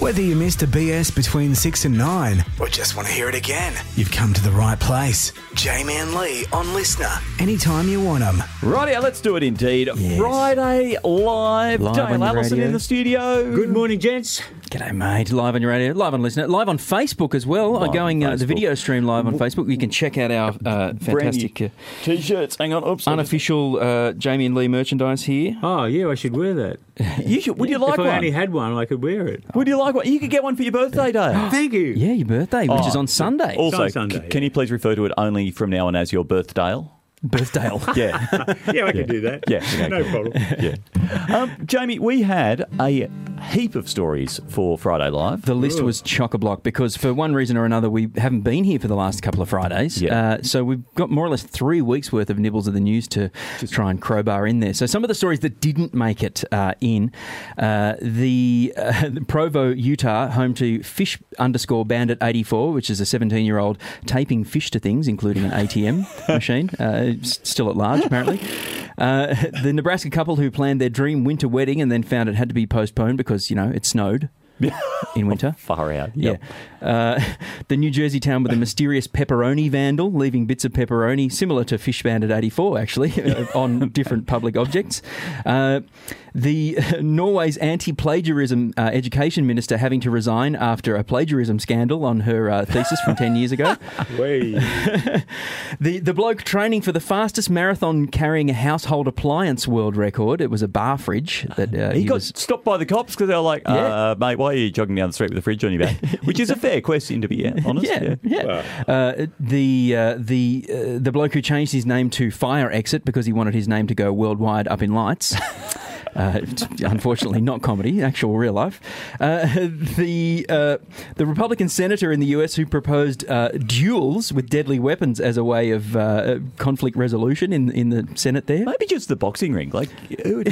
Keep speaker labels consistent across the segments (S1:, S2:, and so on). S1: Whether you missed a BS between 6 and 9 or just want to hear it again, you've come to the right place. J Man Lee on Listener, anytime you want 'em.
S2: Right, yeah, let's do it indeed. Friday live.
S3: Live on
S2: Dale
S3: your
S2: Allison
S3: radio.
S2: in the studio. Good morning.
S3: G'day, mate. Live on your radio, live on listener, live on Facebook as well. I'm
S2: on
S3: going uh, the
S2: Facebook.
S3: video stream live on Facebook. You can check out our uh, fantastic uh,
S2: T-shirts. Hang on. Oops.
S3: unofficial uh, Jamie and Lee merchandise here.
S4: Oh yeah, I should wear that.
S2: You should, would you like
S4: if I only
S2: one?
S4: had one, I could wear it.
S2: Would you like one? You could get one for your birthday, Dale.
S4: Thank you.
S3: Yeah, your birthday,
S2: Oh.
S3: which is on Sunday.
S2: also,
S4: on Sunday,
S2: c- can you please refer to it only from now on as your birthday?
S3: birthday.
S2: Yeah.
S4: Yeah, I could do that.
S2: Yeah, okay,
S4: no
S2: cool.
S4: problem.
S2: yeah. Um, Jamie, we had a heap of stories for Friday Live.
S3: The list was chock a block because, for one reason or another, we haven't been here for the last couple of Fridays.
S2: Yeah.
S3: Uh, so we've got more or less three weeks worth of nibbles of the news to try and crowbar in there. So some of the stories that didn't make it uh, in uh, the, uh, the Provo, Utah, home to fish underscore bandit 84, which is a 17 year old taping fish to things, including an ATM machine, uh, s- still at large apparently. Uh, the Nebraska couple who planned their dream winter wedding and then found it had to be postponed because, you know, it snowed in winter.
S2: Far out.
S3: Yeah.
S2: Yep.
S3: Uh, the New Jersey town with a mysterious pepperoni vandal leaving bits of pepperoni, similar to Fish Bandit 84, actually, on different public objects. Uh, the Norway's anti plagiarism uh, education minister having to resign after a plagiarism scandal on her uh, thesis from 10 years ago.
S4: Wee.
S3: The, the bloke training for the fastest marathon carrying a household appliance world record. It was a bar fridge that uh,
S2: He,
S3: he
S2: got
S3: was-
S2: stopped by the cops because they were like,
S3: Yeah.
S2: uh, mate, why are you jogging down the street with a fridge on your back? Which is a fair question, to be honest.
S3: Yeah, yeah. Uh, the uh, the uh, the bloke who changed his name to Fire Exit because he wanted his name to go worldwide up in lights. Uh, it's unfortunately, not comedy, actual real life. Uh, the uh, the Republican senator in the U.S. who proposed uh, duels with deadly weapons as a way of uh, conflict resolution in in the Senate there.
S2: Maybe just the boxing ring. Like, who would,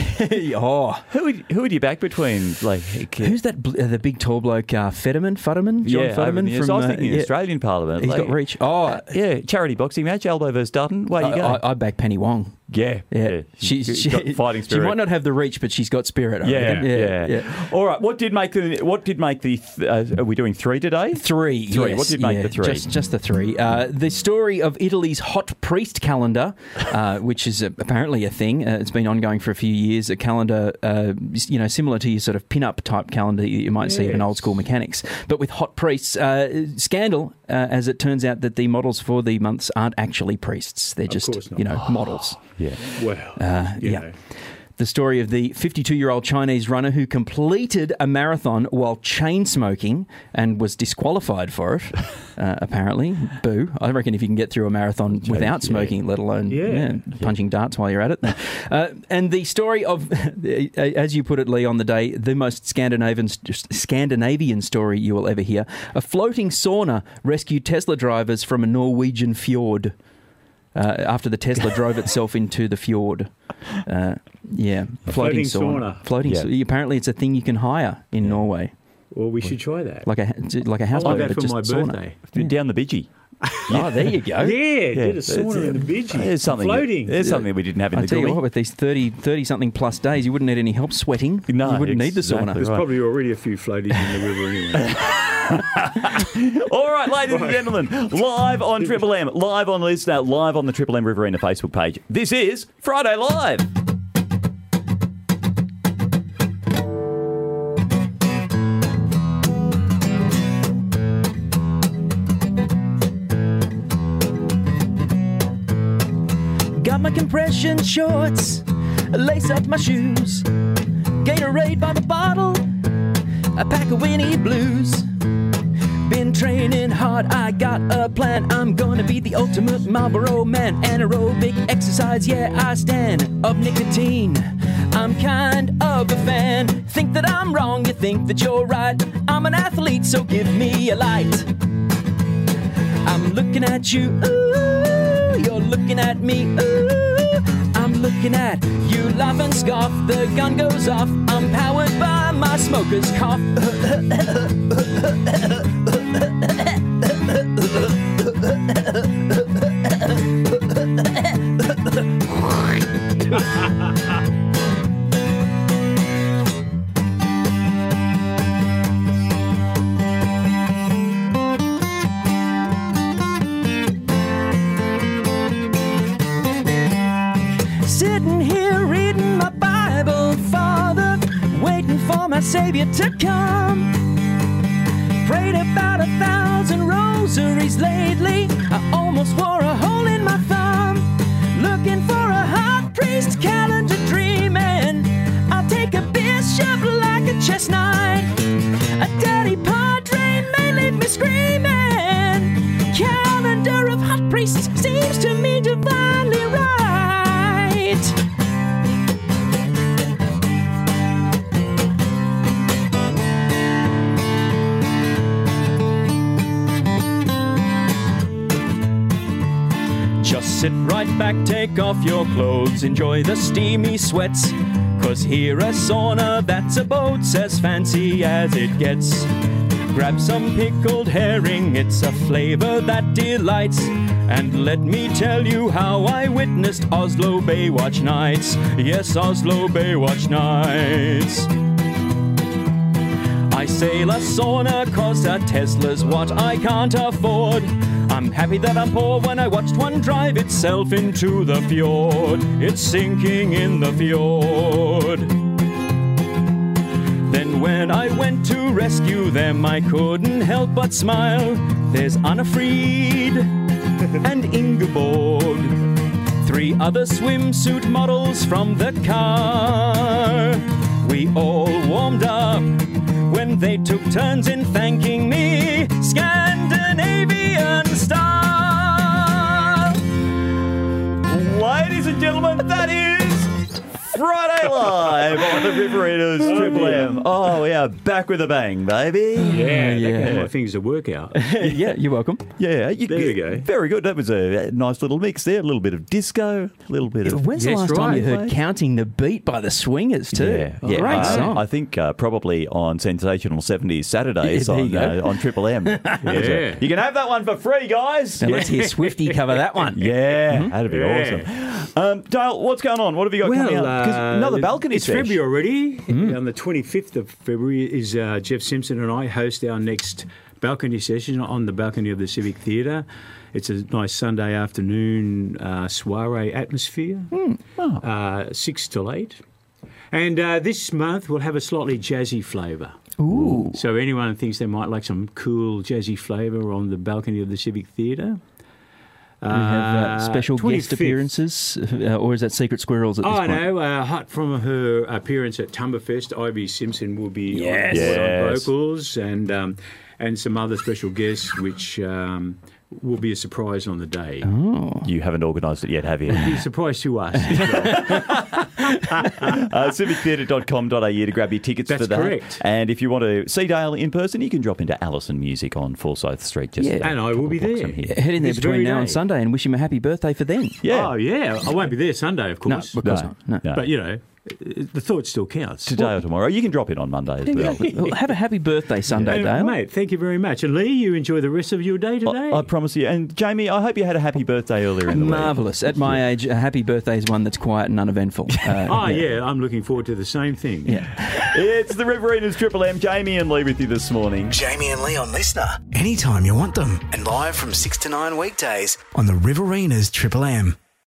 S3: oh,
S2: who would, who would you back between? Like,
S3: who's that? Bl- uh, the big tall bloke, uh, Fetterman, Futterman, John
S2: yeah, over in
S3: Futterman
S2: the- so I was
S3: uh,
S2: thinking the
S3: yeah,
S2: Australian Parliament.
S3: He's
S2: like,
S3: got reach. Oh,
S2: Yeah, charity boxing match, elbow versus Dutton. Way you go.
S3: I, I, I back Penny Wong.
S2: yeah,
S3: Yeah,
S2: She's
S3: she's she,
S2: got fighting
S3: She
S2: spirit.
S3: might not have the reach, but she's got spirit. I
S2: Yeah,
S3: reckon.
S2: yeah, All right. What did make the? What did make the? Th- uh, are we doing three today?
S3: Three,
S2: Three. What
S3: yes,
S2: did make
S3: yeah,
S2: the three?
S3: Just, just the three. Uh, the story of Italy's hot priest calendar, uh, which is uh, apparently a thing. Uh, it's been ongoing for a few years. A calendar, uh, you know, similar to your sort of pin-up type calendar that you might see in old school mechanics, but with hot priests. Uh, scandal, uh, as it turns out, that the models for the months aren't actually priests. They're just,
S4: course not.
S3: you know, models.
S2: yeah.
S4: Well, you
S3: Uh, yeah.
S4: know.
S3: The story of the 52 year old Chinese runner who completed a marathon while chain smoking and was disqualified for it, uh, apparently. Boo. I reckon if you can get through a marathon without smoking, let alone
S4: Yeah.
S3: yeah, punching darts while you're at it. Uh, and the story of, as you put it, Lee, on the day, the most Scandinavian, Scandinavian story you will ever hear a floating sauna rescued Tesla drivers from a Norwegian fjord uh, after the Tesla drove itself into the fjord. Uh, yeah,
S4: floating sauna.
S3: Floating.
S2: Yeah.
S3: sa- Apparently, it's a thing you can hire in Norway,
S4: Well, we should try that.
S3: like a like a
S4: I
S3: houseboat,
S4: want that
S3: but
S4: for
S3: just
S4: my
S3: sauna.
S4: birthday.
S2: Down the bidgie.
S3: Oh, there you go.
S4: Yeah, did a
S2: it's-
S4: sauna in the
S2: it's-
S4: Bidgie.
S2: There's something.
S4: floating.
S2: There's something we didn't have in
S3: I
S2: the
S3: tell you
S2: Dooley.
S3: what, with these 30, 30 something plus days, you wouldn't need any help sweating.
S2: No,
S3: you wouldn't need the
S2: exactly
S3: sauna.
S4: There's
S2: right.
S4: probably already a few floaties in the river anyway.
S2: All right, ladies and gentlemen, live on Triple M, live on Listener, live on the Triple M Riverina Facebook page. This is Friday Live.
S3: Got my compression shorts, lace up my shoes, Gatorade by the bottle, a pack of Winnie Blues. Been training hard, I got a plan. I'm gonna be the ultimate Marlboro man. Anaerobic exercise, yeah, I stand of nicotine. I'm kind of a fan. Think that I'm wrong, you think that you're right. I'm an athlete, so give me a light. I'm looking at you, ooh, you're looking at me, ooh, I'm looking at you, laugh and scoff, the gun goes off, I'm powered by my smoker's cough. Savior to come. Prayed about a thousand rosaries lately. I almost wore a hole in my thumb. Looking for a hot priest, calendar dreaming. I'll take a bishop like a chestnut. A dirty padre may leave me screaming. Calendar of hot priests seems to me divinely right. Just sit right back, take off your clothes, enjoy the steamy sweats. Cause here a sauna that's about as fancy as it gets. Grab some pickled herring, it's a flavor that delights. And let me tell you how I witnessed Oslo Baywatch nights. Yes, Oslo Baywatch nights. I sail a sauna cause a Tesla's what I can't afford. I'm happy that I'm poor when I watched one drive itself into the fjord. It's sinking in the fjord. Then when I went to rescue them, I couldn't help but smile. There's Anna Fried and Ingeborg, three other swimsuit models from the car. We all warmed up when they took turns in thanking me, Scandinavian style.
S2: Ladies and gentlemen, that is Friday Live on the Riverinos Triple M. Oh, we are back with a bang, baby.
S4: Yeah, yeah.
S3: yeah.
S4: That kind of thing's a workout.
S3: yeah, you're welcome.
S2: Yeah,
S4: There you go.
S2: Very good. That was a nice little mix there. A little bit of disco, a little bit of.
S3: When's the
S4: Yes,
S3: last time you
S4: right.
S3: heard Counting the Beat by the Swingers, too? Great
S2: uh,
S3: song.
S2: I think uh, probably on Sensational 70s Saturdays
S3: Yeah, there
S2: on,
S3: you
S2: uh,
S3: go.
S2: on Triple M.
S4: Yeah.
S2: You can have that one for free, guys.
S3: Now let's hear Swifty cover that one.
S2: Yeah, that'd be
S4: Mm-hmm. Yeah.
S2: awesome. Um, Dale, what's going on? What have you got coming
S4: Well,
S2: up? 'Cause
S4: uh,
S2: another balcony
S4: It's
S2: sesh.
S4: February already. On the 25th of February is uh, Jeff Simpson and I host our next balcony session on the balcony of the Civic Theatre. It's a nice Sunday afternoon uh, soiree atmosphere, uh, six till eight. And uh, this month we'll have a slightly jazzy flavour. Ooh. So anyone thinks they might like some cool jazzy flavour on the balcony of the Civic Theatre.
S3: We have uh,
S4: Uh,
S3: special guest
S4: 25th.
S3: appearances, uh, or is that Secret Squirrels at this
S4: Oh, I
S3: point?
S4: know. Uh, hot from her appearance at Tumberfest, Ivy Simpson will be
S3: Yes.
S4: on, board on
S2: Yes.
S4: vocals and um, and some other special guests, which um, will be a surprise on the day.
S3: Oh.
S2: You haven't organised it yet, have you?
S4: Be a surprise to us.
S2: uh, civictheatre.com.au to grab your tickets
S4: That's
S2: for that.
S4: correct.
S2: And if you want to see Dale in person, you can drop into Allison Music on Forsyth Street. Just
S3: Yeah.
S2: about
S4: And I
S2: a couple
S4: will be
S2: blocks
S4: there.
S2: from here.
S3: Head in there
S4: This
S3: between
S4: very
S3: now and
S4: day.
S3: Sunday and wish him a happy birthday for then.
S2: Yeah.
S4: Oh, yeah. I won't be there Sunday, of
S3: No,
S4: course.
S3: of course not. No.
S2: no.
S4: But, you know, the thought still counts.
S2: Today or tomorrow. You can drop in on Monday as well.
S3: Exactly. Well, have a happy birthday Sunday,
S4: And,
S3: Dale.
S4: Um, mate, thank you very much. And Lee, you enjoy the rest of your day today.
S2: I, I promise you. And Jamie, I hope you had a happy birthday earlier in the week.
S3: Marvellous. At my age, a happy birthday is one that's quiet and uneventful. Uh,
S4: oh, yeah. I'm looking forward to the same thing.
S3: yeah.
S2: It's the Riverinas Triple M. Jamie and Lee with you this morning.
S1: Jamie and Leon Listener. Anytime you want them. And live from 6 to 9 weekdays on the Riverinas Triple M.